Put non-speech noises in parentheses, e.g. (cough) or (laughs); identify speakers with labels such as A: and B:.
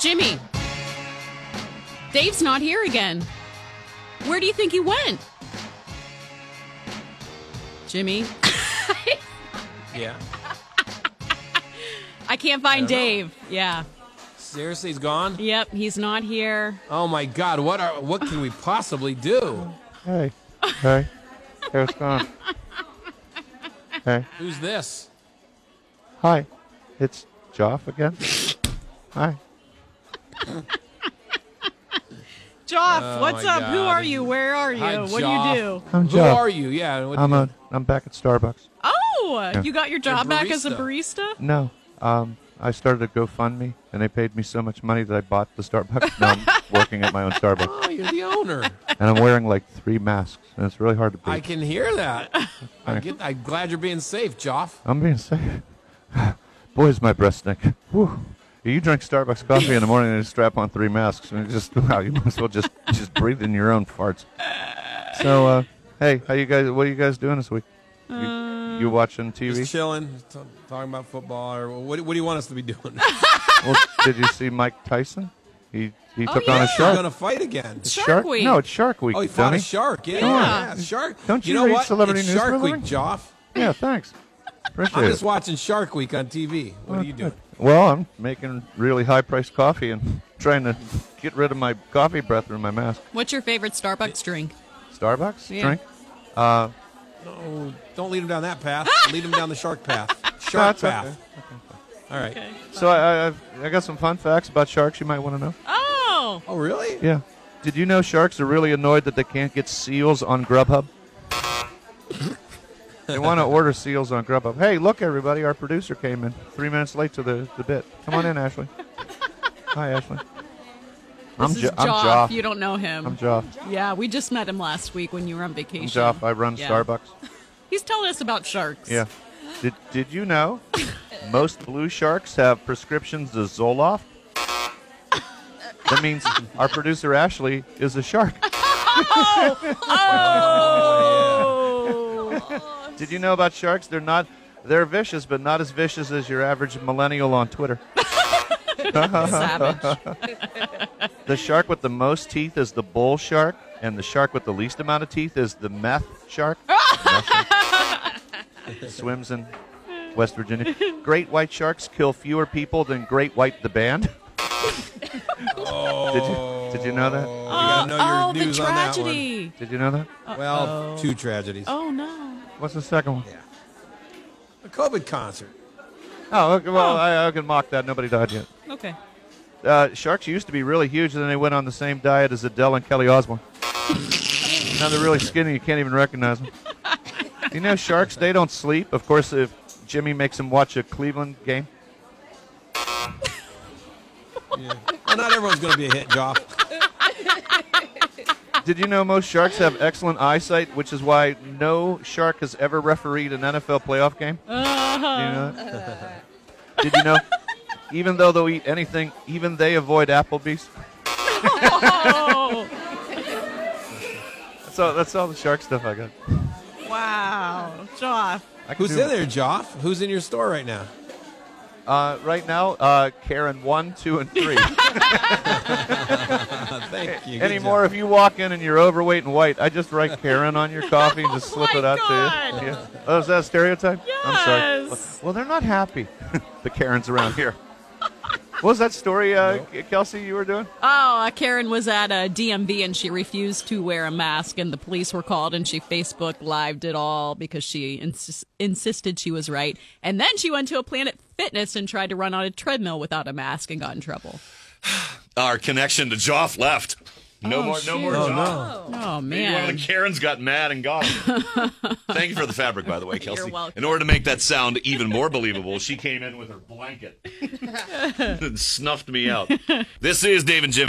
A: Jimmy, Dave's not here again. Where do you think he went? Jimmy,
B: Yeah.
A: I can't find Dave. Yeah.
B: Seriously, he's gone.
A: Yep, he's not here.
B: Oh my God! What are? What can we possibly do?
C: Hey. Hey. How's it going? Hey.
B: Who's this?
C: Hi. It's Joff again. Hi.
A: Joff,
B: Oh,
A: what's
B: my
A: up? Who
B: God.
A: are you? Where are you?
B: Hi,
A: what do
B: Joff.
A: you do?
C: I'm
B: Who
C: Joff.
B: are you? Yeah. What,
C: I'm a I'm back at Starbucks.
A: Oh, you got your job back as a
B: barista.
A: barista?
C: No. Um I started a GoFundMe and they paid me so much money that I bought the Starbucks. now I'm working at my own Starbucks.
B: oh, you're the
C: (laughs)
B: owner.
C: And I'm wearing like three masks and it's really hard to
B: I
C: breathe.
B: can hear
C: (laughs)
B: that. I get. I'm glad you're being safe, Joff.
C: I'm being safe. Boys my breast stink. Whew. You drink Starbucks coffee in the morning and you strap on three masks and it just wow, you might as well just just breathe in your own farts. So uh hey, how you guys what are you guys doing this week? You, you watching
B: Uh, Just
C: TV?
B: chilling, t- talking about football, or what, what do you want us to be
C: (laughs)
B: doing?
C: Well, did you see Mike Tyson? He he took
A: yeah.
C: on a
B: We're
C: shark.
B: gonna fight again.
C: It's
A: Shark Week.
C: No, it's Shark Week,
B: Oh, he fought
C: dummy.
B: a shark. Yeah,
C: Come on.
B: yeah, shark.
C: Don't
B: you
C: you
B: know
C: read
B: what?
C: Celebrity
B: it's
C: News
B: Shark Week,
C: Brother?
B: Joff.
C: Yeah, thanks. Appreciate
B: I'm just
C: it.
B: watching Shark Week on TV. What are you doing?
C: Well, I'm making really high-priced coffee and trying to get rid of my coffee breath through my mask.
A: What's your favorite Starbucks drink?
C: Starbucks
A: Yeah.
C: drink.
B: Oh, don't lead him down that
C: (laughs)
B: path. lead him down the shark path. Shark
C: That's
B: path. All right.
C: So I, I I've- I got some fun facts about sharks you might want to know.
A: Oh,
B: Oh, really?
C: Yeah. Did you know sharks are really annoyed that they can't get seals on Grubhub? they want to order seals on Grubhub. Hey, look, everybody, our producer came in three minutes late to the, the bit. Come on in, Ashley. Hi, Ashley. I'm,
A: this
C: jo-
A: is
C: I'm
A: Joff.
C: Joff.
A: You don't know him.
C: I'm Joff.
A: yeah, we just met him last week when you were on vacation.
C: I'm Joff. I run
A: Yeah.
C: Starbucks.
A: He's telling us about sharks.
C: Yeah. Did, did you know most blue sharks have prescriptions to Zoloft? That means our producer Ashley is a shark.
A: Oh.
C: Did you know about sharks? They're not. They're vicious, but not as vicious as your average millennial on Twitter.
A: (laughs) Savage.
C: The shark with the most teeth is the bull shark, and the shark with the least amount of teeth is the meth shark. Swims in West Virginia. Great white sharks kill fewer people than Great White the band. (laughs) did you did you know that?
B: Oh, know your
A: oh, the
B: news on that one.
A: tragedy.
C: Did you know that?
B: Well, two tragedies.
A: Oh, no.
C: What's the second one?
B: A COVID concert.
C: Oh, okay, well, I, I can mock that. Nobody died yet.
A: Okay.
C: uh, sharks used to be really huge, and then they went on the same diet as Adele and Kelly Osbourne. now they're really skinny; you can't even recognize them. You know, sharks they don't sleep. Of course, if Jimmy makes them watch a Cleveland game,
B: Well, not everyone's going to be a hit, Joff.
C: did you know most sharks have excellent eyesight, which is why no shark has ever refereed an NFL playoff game? Do you know that? Did you know? Even though they'll eat anything, even they avoid Applebee's.
A: Oh,
C: That's all. That's all the shark stuff I got.
A: wow. Joff.
C: I can
B: Who's
C: do-
B: in there, Joff? Who's in your store right now?
C: Uh, right now, uh, Karen one, two, and three.
B: Thank you. Good
C: anymore.
B: job.
C: If you walk in and you're overweight and white, I just write Karen on your coffee and just
A: (laughs) Oh
C: slip
A: my
C: it out
A: God.
C: to you. Yeah. Oh, is that a stereotype? I'm sorry.
A: Yes.
C: Well, well, they're not happy. (laughs) the Karens around here. (laughs) what was that story, uh, Kelsey? You were doing?
A: Oh, uh, Karen was at a DMV and she refused to wear a mask, and the police were called, and she Facebook lived it all because she ins- insisted she was right. And then she went to a Planet Fitness and tried to run on a treadmill without a mask and got in trouble.
C: Our connection to Joff left. No
A: Oh,
C: more, no
A: shoot.
C: more
A: Oh,
C: Joff.
A: Oh
C: Maybe One of
A: man.
C: the Karens got mad and
A: (laughs)
C: got him. Thank you for the fabric, by the way, Kelsey.
A: welcome.
C: In order to make that sound even more
A: (laughs)
C: believable, (laughs) she came in with her blanket and snuffed me out. This is Dave and Jimmy.